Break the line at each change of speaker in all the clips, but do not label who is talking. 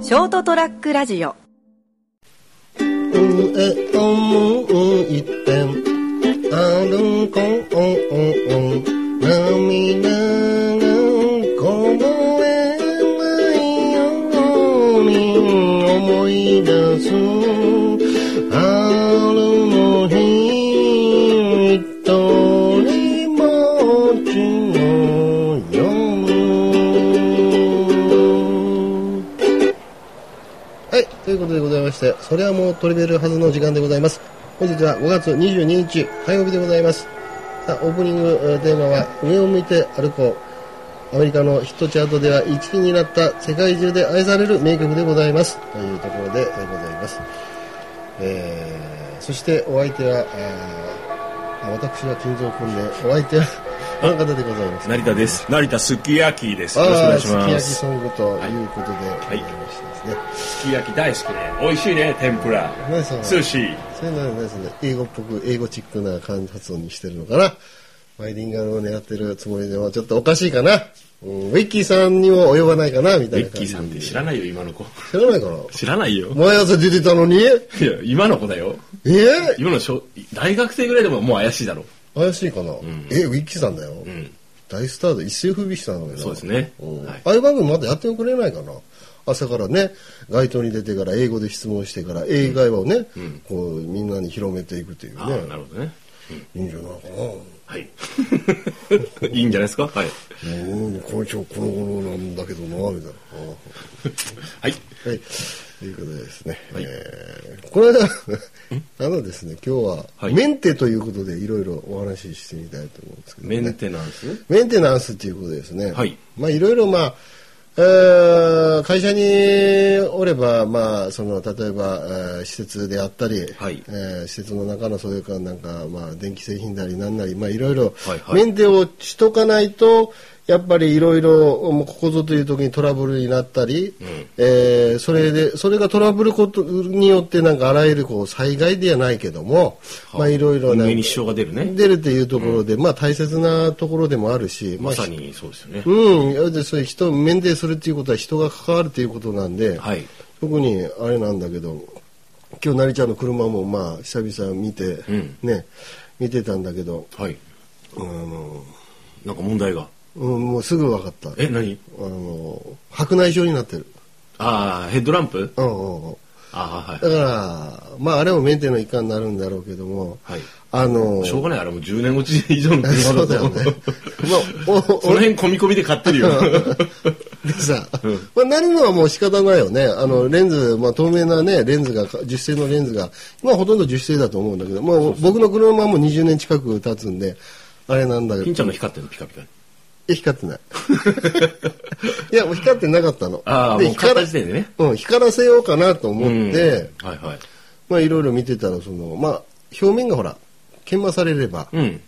ショートトラックラジオ
うんえ思いって歩こう涙がこぼれないように思い出す春の日一人ぼっちの夜はい、ということでございまして、それはもう取りれるはずの時間でございます。本日は5月22日火曜日でございます。さあ、オープニングえーテーマは、上を向いて歩こう。アメリカのヒットチャートでは1位になった世界中で愛される名曲でございます。というところでございます。えー、そしてお相手は、あー私は金蔵君で、お相手は あの方でございます。
成田です。成田すき焼きです。よろしくお
あ
願
あ、
い
す
し
き焼きそ
ます。
ういうことということで、はいい、ますね。
すき焼き大好きね。美味しいね。天ぷら。
何それ
寿司。
それならですね、英語っぽく、英語チックな感発音にしてるのかな。バイリンガルを狙ってるつもりでも、ちょっとおかしいかな。うん、ウィッキーさんにも及ばないかな、みた
ベ
いな
ッ
感
キー
じ。
さんって知らないよ、今の子。
知らないかな。
知らないよ。
毎朝出てたのに
いや、今の子だよ。
えー、
今の小、大学生ぐらいでももう怪しいだろ
怪しいかな、え、ウィッキーさんだよ。
ん
大スターで一世風靡したのよな。
そうですね
うん
はい
ああいう番組まだやってくれないかな。朝からね、街頭に出てから、英語で質問してから、英会話をね、こう、みんなに広めていくという
ああ、な
ね、
るほどね。
いいんじゃないかな。
はい。 いいんじゃないですかはい。
うん、今週この頃なんだけどな、みたいな。
は
は
い。
い。ということでですね。
はい
えーこの間、 あのですね、今日は、
はい
メンテということでいろいろお話ししてみたいと思うんですけど、
メ
ね。
ンテナンス
メンテナンスということでですね。
はい
まあいろいろまあ、えー会社におれば、まあ、その例えば、えー施設であったり、
はい
えー施設の中のそういうかなんか、まあ、電気製品なりなんなり、まあ、いろいろ
はいはい
メンテをしとかないとやっぱりいろいろもうここぞという時にトラブルになったり、えーそれでそれがトラブルことによってなんかあらゆるこう災害ではないけども、まあ、いろいろなんか
運営に支障が出るね。
出るというところで、まあ大切なところでもあるし、ま
ま
あ、
さにそうですよね。
うん、でそういう人面でするっていうことは人が関わるということなんで、
はい。
特にあれなんだけど今日成ちゃんの車もまあ久々見て、
ん
ね見てたんだけど、
はい。
あの
なんか問題が。
うん、もうすぐ分かったあ
え、何
の白内障になってる、
ああ、ヘッドランプ
うんうんうん、
ああ、はい
だ。からまああれもメンテの一環になるんだろうけども、
はい。
あの
しょうがない、あれもう10年落ち以上の車
そうだ
だ
よ
と。
ね まあお
その辺込み込みで買ってるよ。
でさ、まあ、なるのはもう仕方ないよね。あの、レンズ、まあ、透明なね、レンズが、樹脂製のレンズが、まあ、ほとんど樹脂製だと思うんだけど、まあ、僕の車はもう20年近く経つんで、あれなんだけ
金
ど、
ちゃんの光ってるのピカピカに。
え光ってない。 いや、もう光ってなかったの。
ああ、
で
もう買った時点でね。
うん、光らせようかなと思
う
っ
ん
て、
はいはい。
まあ、いろいろ見てたら、その、まあ、表面がほら、研磨されれば、
うん。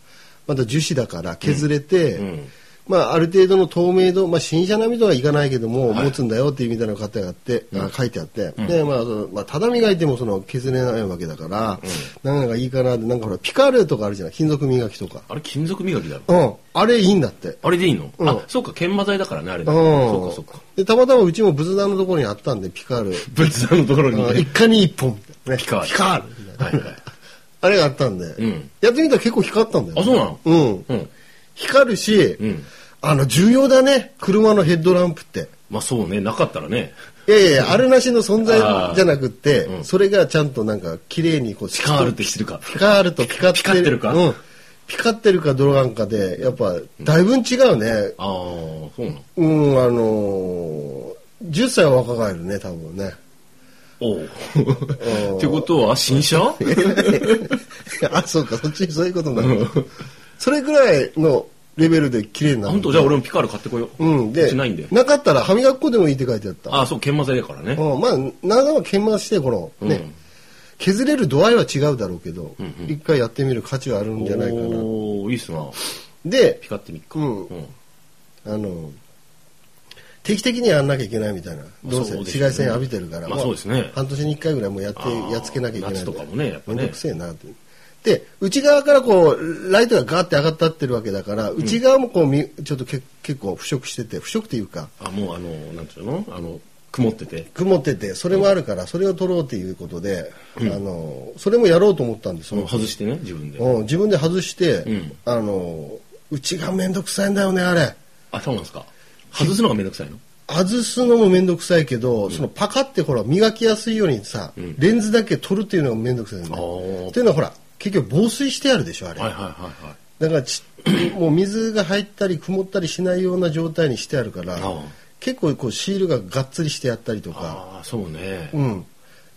また樹脂だから削れて、
うんうん
まあ、ある程度の透明度、まあ、新車並みとはいかないけども、
はい
持つんだよっていうみたいなのが書いてあって、あ書いてあって、でまあそのまあ、ただ磨いてもその削れないわけだから、なんかいいかなってなんかほらピカールとかあるじゃない金属磨きとか、
あれ、金属磨きだろ。
うん、あれいいんだって。
あれでいいの
うん
あ、そうか、研磨剤だからね、あれね。
うん、
そうか、そうか。
でたまたまうちも仏壇のところにあったんでピカール、
仏壇のところに
うん一
ね。
家に一本みたいなね
ピカール。
ピカールみたいな
はいはい。
あれがあったんで、
ん
やってみたら結構光ったんだよ、
あそうなの
うん
うん。
光るし、
ん
あの重要だね車のヘッドランプって
まあそうね、なかったらね。
いやいやいやあるなしの存在
あー
じゃなくって、
うん
それがちゃんとなんか綺麗にこう
ピカールってしてるか。
ピカールとピカって
ピカってるか
うん、ピカってるかどうなんかでやっぱだいぶん違うね
ああ、そうなの。
うん、あのー10歳は若返るね多分ね
おう。ってことは、新車
あそうかそっちにそういうことになる、それぐらいのレベルで綺麗になる
本当じゃあ俺もピカール買ってこよう。
うん、で
ちないんだよ。
かったら歯磨き粉でもいいって書いてあった
ああ、そう、研磨剤だからね。
うん、まあ長は研磨してこのね、
うん
削れる度合いは違うだろうけど、一回やってみる価値はあるんじゃないかな
おーいいっすな。
で
ピカってみっか。
うん
うん。
あの定期的にやんなきゃいけないみたいな
まあ
どうせ
そうで
紫
すよね
外線浴びてるから、
まあそうですね
半年に1回ぐらいもうやって
あー
やっつけなきゃいけない
夏とかもねやっぱね
めんどくせえなってで内側からこうライトがガーって上がったってるわけだから内側もこうみちょっとけ結構腐食してて腐食っていうか
あ、もうあの、なんていうのあの、曇ってて。
曇っててそれもあるからそれを撮ろうっていうことで、あのそれもやろうと思ったんですよ、
外してね、自分で。
うん、自分で外して、
ん
あのうちが面倒くさいんだよねあれ
あ、そうなんですか。外すのがめんどくさいの
外すのも面倒くさいけど、そのパカってほら磨きやすいようにさ、レンズだけ取るっていうのが面倒くさいんだよね
あー
っていうのはほら結局防水してあるでしょあれ、
はいはいはいはい。
だから ちもう水が入ったり曇ったりしないような状態にしてあるから
あー
結構こうシールががっつりしてあったりとか
ああ、そうね。
うん、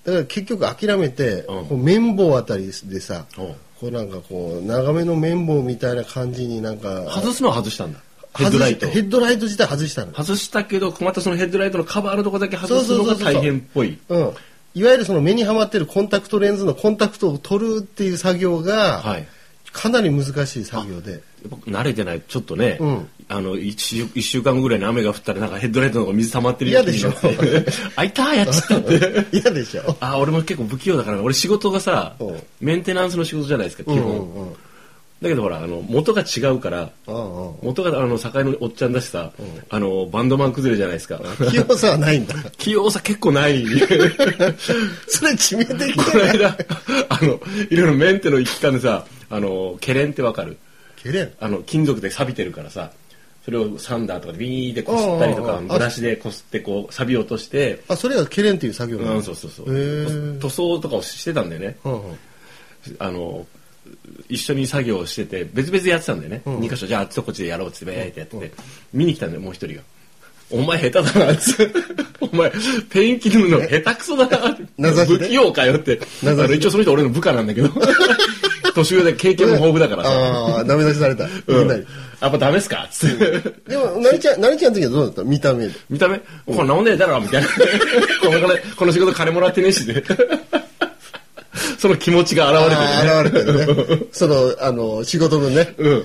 だから結局諦めて、
うん
こう綿棒あたりでさ、
うん
こうなんかこう長めの綿棒みたいな感じになんか
外すのは外したんだ。ヘッド
外
ラ
し
イト
て。ヘッドライト自体外したの
外したけど、またそのヘッドライトのカバーのとこだけ外すのが大変っぽい。
うん、いわゆるその目にはまってるコンタクトレンズのコンタクトを取るっていう作業が、
はい。
かなり難しい作業で
やっぱ慣れてないとちょっとね、
うん
あの1週一週間後ぐらいに雨が降ったらなんかヘッドライトの方が水溜まってる
嫌でしょ
気になって あいたーやっちゃったって
嫌でしょ、
あー俺も結構不器用だから俺仕事がさ
うん
メンテナンスの仕事じゃないです か基
うん
本、
うんうん
だけどほらあの元が違うから
うんうん
元があの境のおっちゃんだしさ、あのバンドマン崩れじゃないですか
器用さはない んだ
器用さ結構ない
それ致命的
この間あのいろいろメンテの行ったんでさあのケレンってわかる
けれん
あの金属で錆びてるからさそれをサンダーとかでビーってこすったりと
うん
か
うんうん
ブラシでこすってこう錆び落として、
あそれがけれんっていう作業な
うんん、
だ
そうそうそう
へー
塗装とかをしてたんだよね
うんうん
あの一緒に作業をしてて別々でやってたんだよね、
ん
二2箇所じゃああっちとこっちでやろうっつってべーってやってて、見に来たんだよもう一人が「お前下手だな」っつって お前ペンキ塗るの下手くそだな」って
名指しで
不器用かよ」ってあ
名指しで
の一応その人俺の部下な んだけど年上で経験も豊富だからさ
ああダメ出しされた、
うん
みんな
や
に
っぱダメっすかっつって
でも、なりちゃん、なりちゃんの時はどうだった見た目で。
見た目これなんねえだろみたいな この金この仕事金もらってねえしね その気持ちが現
あー
れてるね
現れてるね。その、あの、仕事分ね。
うん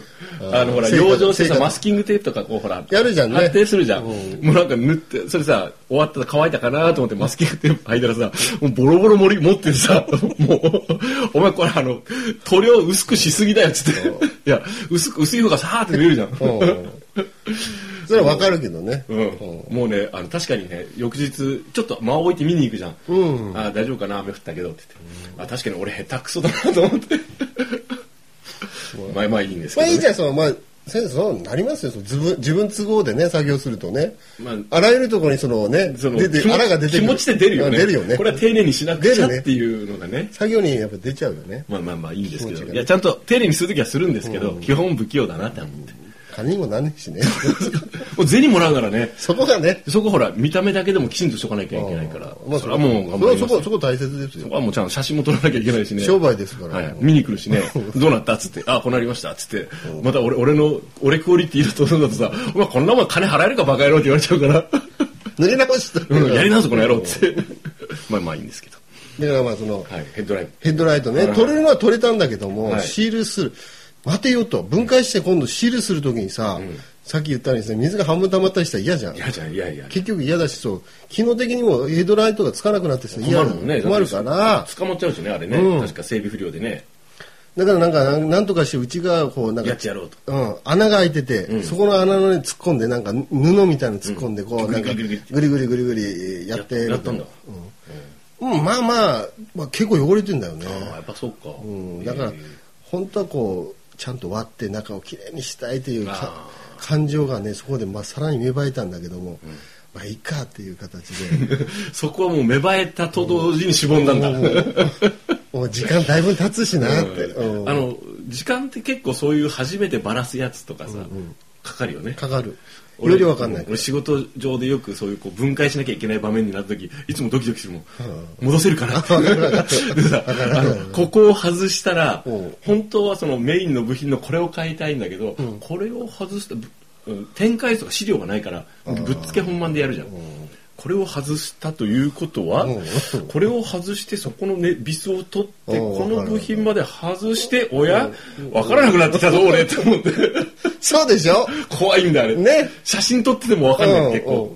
あのほら
成果
養生して
成
さ
果
マスキングテープとかこうほら
やるじゃんね
発定するじゃん、
うん
もうなんか塗ってそれさ終わったら乾いたかなと思ってマスキングテープ履いたらさもうボロボロ盛り持ってさ もうお前これあの塗料薄くしすぎだよっつっていや薄く薄い方がさーって見えるじゃん
うん。それはわかるけどね。
うん、もうねあの確かにね翌日ちょっと間を置いて見に行くじゃん、
う
あー大丈夫かな雨降ったけどって言って、あ確かに俺下手くそだなと思ってまあまあいいんですけ
まあ
ど、ね
いいじゃん、その、まあ、先生、そうなりますよ。その自分、自分都合でね、作業するとね。
まあ
あらゆるところにそのね、
その
出て、
気持
あらが出てくる。
気持ちで出るよね
うん出るよね。
これは丁寧にしなくちゃっていうのがね
作業にやっぱ出ちゃうよね。
まあまあまあいいんですけ
気持ち
ど
が
いやちゃんと丁寧にするときはするんですけど、基本不器用だなって思って、
金にもなんねえしね。
もう銭もらうからね
そこがね。
そこほら見た目だけでもきちんとしとかなきゃいけないから、
まあ
それはもう頑張り
そ
ま
れ
す
はそこ、
よ
そこ大切です
そ
よ。
こはもうちゃんと写真も撮らなきゃいけないしね
商売ですから
はい、見に来 るしねどうなったっつってあこうなりましたっつってまた俺俺の俺クオリティだとそうだとさ「お前こんなもん金払えるかバカ野郎」って言われちゃうから
塗り直しと。
うんやり直すこの野郎っつって まあまあいいんですけど、
だからまあ、その、
はい、ヘッドライン
ヘッドライトね、
はい
取れるのは取れたんだけども、
はい
シールする。待てよと、分解して今度シールするときにさ、さっき言ったようにさ、水が半分溜まったりしたら嫌じゃん
い。やじゃんいやいや
結局嫌だし、そう、機能的にもヘッドライトがつかなくなってさ、
困
嫌
るもんね。
困るから、
捕まっちゃうしね、あれね。
うん
確か整備不良でね。
だからなんか、なんなんとかして、うちがこう、なん
や
か
っ、ちやろうと。
うん、穴が開いてて、そこの穴のね突っ込んで、なんか布みたいなの突っ込んで、こう、
うん
なんか、
ぐ
ぐ
りぐり
りぐりぐりぐりやって
やったんだ。
うん、まあまあ、まあ、結構汚れてんだよね。
ああ、やっぱそうか。
うんだから
えー
本当はこうちゃんと割って中をきれいにしたいというか
あ
感情がねそこでまあさらに芽生えたんだけども、まあいいかっていう形で
そこはもう芽生えたと同時にしぼんだんだ。
もう時間だいぶ経つしなって、
う
うんん
あの、時間って結構そういう初めてバラすやつとかさ、かかるよね。
かかる
俺
よりわかんない
俺仕事上でよくそういうこう分解しなきゃいけない場面になった時いつもドキドキするもん、戻せるかなって でさあのここを外したら
うん
本当はそのメインの部品のこれを買いたいんだけど、これを外したぶうん展開図とか資料がないからぶっつけ本番でやるじゃん、これを外したということは、
うん
これを外してそこの、ね、ビスを取って
うん
この部品まで外しておや分からなくなってきたぞ俺って思って
そうでしょ
怖いんだあれ
ね
写真撮ってても分かんない結
うんう
構
ん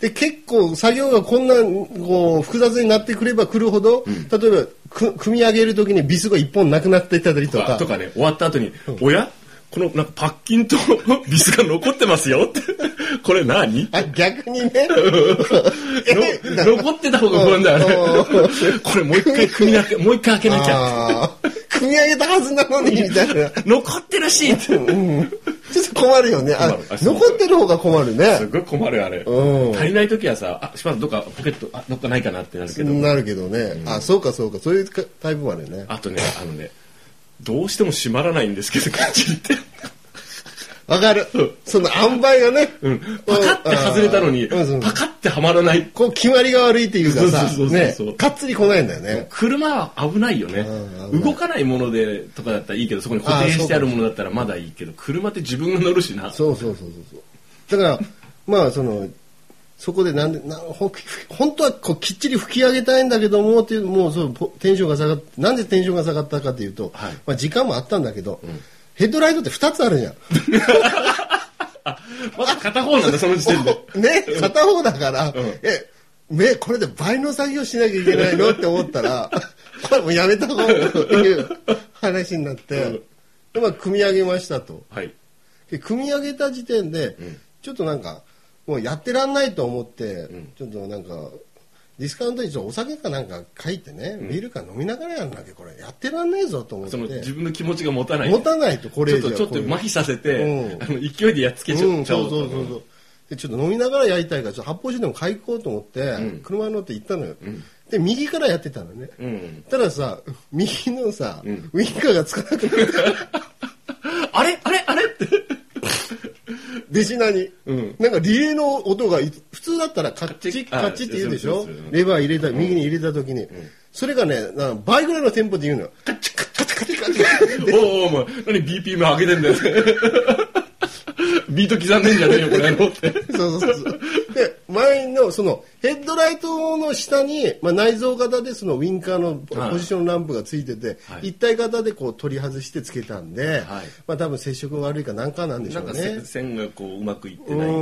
で結構作業がこんなこう複雑になってくればくるほど、例えばく組み上げる時にビスが一本なくなっていたりと
とか
か
とかね終わった後に「おやこのなんかパッキンとビスが残ってますよ」って これ何
あ、逆に ね。
の残ってた方が不安だよね
う。
これもう一回組みなけ、もう一回開けなきゃ。
ああ。組み上げたはずなのに、みたい な。
残ってるしって。
ちょっと困るよね。あ
困るあそう
残ってる方が困る
すっ
ね。
ごい困るよあれ。
うん
足りない時はさ、あ、しまどっかポケット、あ、どっかないかなってなるけど。
なるけどね。あ、そうかそうか。そういうタイプもあるよね。
あとね、あのね、どうしても閉まらないんですけど、口って。
わかる
うん。
その塩梅がね。
うん。パカって外れたのに、
うんうん
パカってはまらない。
こう決まりが悪いっていうかさ
そうそう、そう
ね
そう、
かっつり来ないんだよね。
車は危ないよね
うん。危ない
動かないものでとかだったらいいけど、そこに固定してあるものだったらまだいいけど、車って自分が乗るしな。
そうそうそうそうそう。だから、まあその、そこでなんで、なんほん本当はこうきっちり吹き上げたいんだけどもっていう、もうそうポテンションが下がっなんでテンションが下がったかというと、
はい
まあ時間もあったんだけど、ヘッドライトって2つあるじゃん。
まだ片方なんだ、その時点で。
ね、片方だから、
ん
え、ね、これで倍の作業しなきゃいけないのって思ったら、 これもうやめた方がいいという話になって、
うん
で、まあ、組み上げましたと。
はい。
で組み上げた時点で、ちょっとなんか、もうやってらんないと思って、ちょっとなんか、ディスカウントにちょっとお酒かなんか書いてね、ビールか飲みながらやんなきゃこれ、やってらんねえぞと思って
そ、の自分の気持ちが持たない。
持たないとこ
ち
れ
ょ
以
っ
上
と、ちょっと
こういう
麻痺させて、
うん
あの勢いでやっつけちゃ
うん、
ちゃ
そ
お
う
う
そうそうそうでちょっと飲みながらやりたいからちょっと発泡酒でも買いに行こうと思って、車に乗って行ったのよ、で右からやってたのね、
うん
たださ右のさ、ウインカーがつかなくな って
あれあれあれって。
出品に、
ん
なんかリレーの音がい普通だったらカッチ
カッチ
カッチって言うでし
あ
ょ
そうですよね
レバー入れた右に入れた時に、それがねな倍ぐらいのテンポで言うのよカッチカッチカッチカッチカッチ
おうおうお前、何 BPM 上げてんだよ。 ビート刻んでんじゃねえよ、これのって。
そうそうそう。で、前の、その、ヘッドライトの下に、まあ、内蔵型で、その、ウィンカーの
はい
ポジションランプがついてて、
はい
一体型で、こう、取り外してつけたんで、
はい
まあ、多分接触が悪いかなんかなんでし
な
ょ
ん
う
か
ね
せ。線がこううまくいって
う
ないか。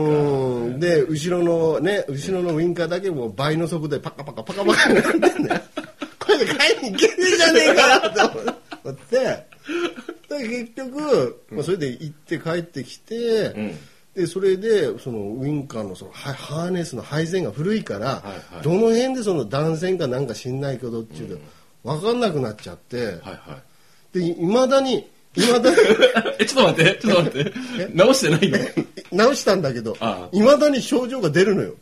ん。で、後ろのね、後ろのウィンカーだけもう倍の速度でパカパカパカパカになってんだよ。 これで買いに行けねえじゃねえかなと思って。で結局、まあ、それで行って帰ってきて、
ん
でそれでそのウインカーのそのハハーネスの配線が古いから、
いはい
どの辺でその断線かなんか知んないけどっていうの分かんなくなっちゃって、
はいはい。
でいまだにいまだに
え、ちょっと待って、ちょっと待って。直してないの
直したんだけど
ああ
いまだに症状が出るのよ。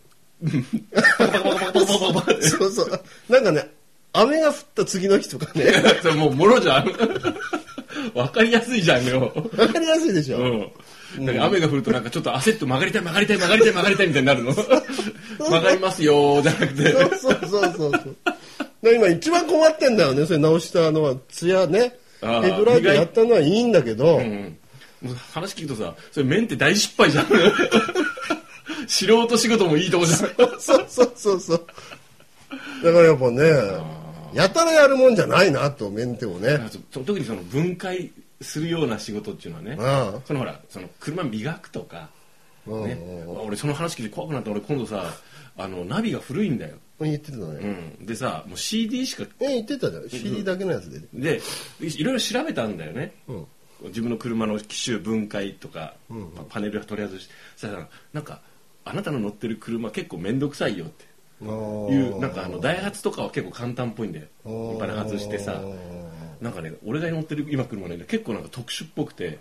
パカパカパカパカパカパカっ て
そうそう。なんかね、雨が降った次の日とかね、
それもう、もろじゃん。わかりやすいじゃんよ。
わかりやすいでしょ。
うん。なんか雨が降るとなんかちょっと焦って曲がりたい曲がりたい曲がりたい曲がりたいみたいになるの。曲がりますよーじゃなくて。
そうそうそうそうそう。で今一番困ってんだよね、それ直したのは、ツヤね。ヘ
ああ
ッドライトやったのはいいんだけど、
うんもう話聞くとさ、それメンって大失敗じゃん。素人仕事もいいとこじゃん。
そうそうそうそう。だからやっぱね、やたらやるもんじゃないなと、メンテをね。
特にその分解するような仕事っていうのはね、
ああ
そのほら、その車磨くとか、
うん
ね、俺その話聞いて怖くなった俺今度さ、あの、ナビが古いんだよ。
言ってたね。
うん。でさ、もう CD しか
え、言ってたじゃん。CD だけのやつで。
でいろいろ調べたんだよね、
うん
自分の車の機種分解とか、まあパネルはとりあえずしそしたらなんかあなたの乗ってる車結構面倒くさいよって
い
いうなんかあのダイハツとかは結構簡単っぽいんだよいっぱい外してさなんかね俺が乗ってる今車ね結構なんか特殊っぽくて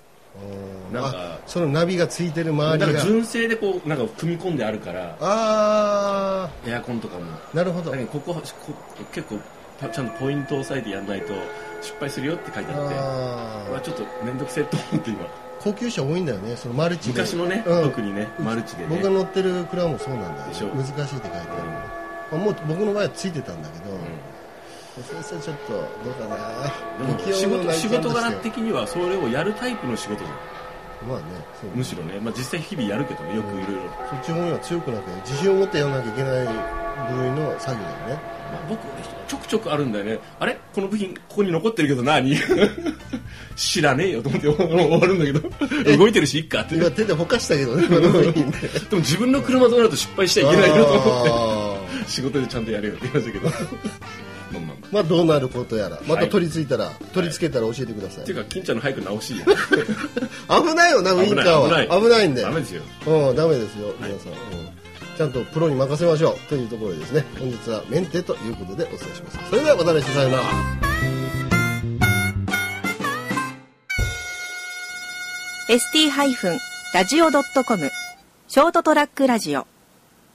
なんか
そのナビがついてる
な
周
んか
りが。
純正でこうなんか組み込んであるから
あ
エアコンとかも
あ、なるほど
だ。けどこここ結構たちゃんとポイントを押さえてやんないと失敗するよって書いてあって
あ
ま
ー
あちょっと面倒くせえと思って今
高級車多いんだよねそのマルチで
昔のね、
うん
特にねマルチでね
僕が乗ってる車もそうなんだよ
でしょ
難しいって書いてある、まあもう僕の場合はついてたんだけど、それさちょっとどうか
で
な
も
不器
仕
用な
事仕事
なんと
柄
して
的にはそれをやるタイプの仕事じゃ
まあねそうん
むしろね、まあ、実際日々やるけどねよくいろいろ
そっちの方には強くなきゃ自信を持ってやらなきゃいけない部類の作業だよね
僕ちょくちょくあるんだよねあれこの部品ここに 残ってるけど何知らねえよと思って終わるんだけど動いてるしいっかってで
今
も
手でほかしたけ どねこの部品で
自分の車となると失敗しちゃいけないよと思って
あー
仕事でちゃんとやれよって言いましたけどまあまあまあ。
まあどうなることやらまた
はい
取り付いたら、取り付けたら教えてください
っていうか、金ちゃんの早く直しいよ。
危ないよ なウインカーは
危ない危ない
危ないんで
ダメですよ。
うん、ダメですよ、皆さん、うん。ちゃんとプロに任せましょうというところでですね、本日はメンテということでお伝えしました。それではまた来週、さようなら。
ST-radio.com ショートトラックラジオ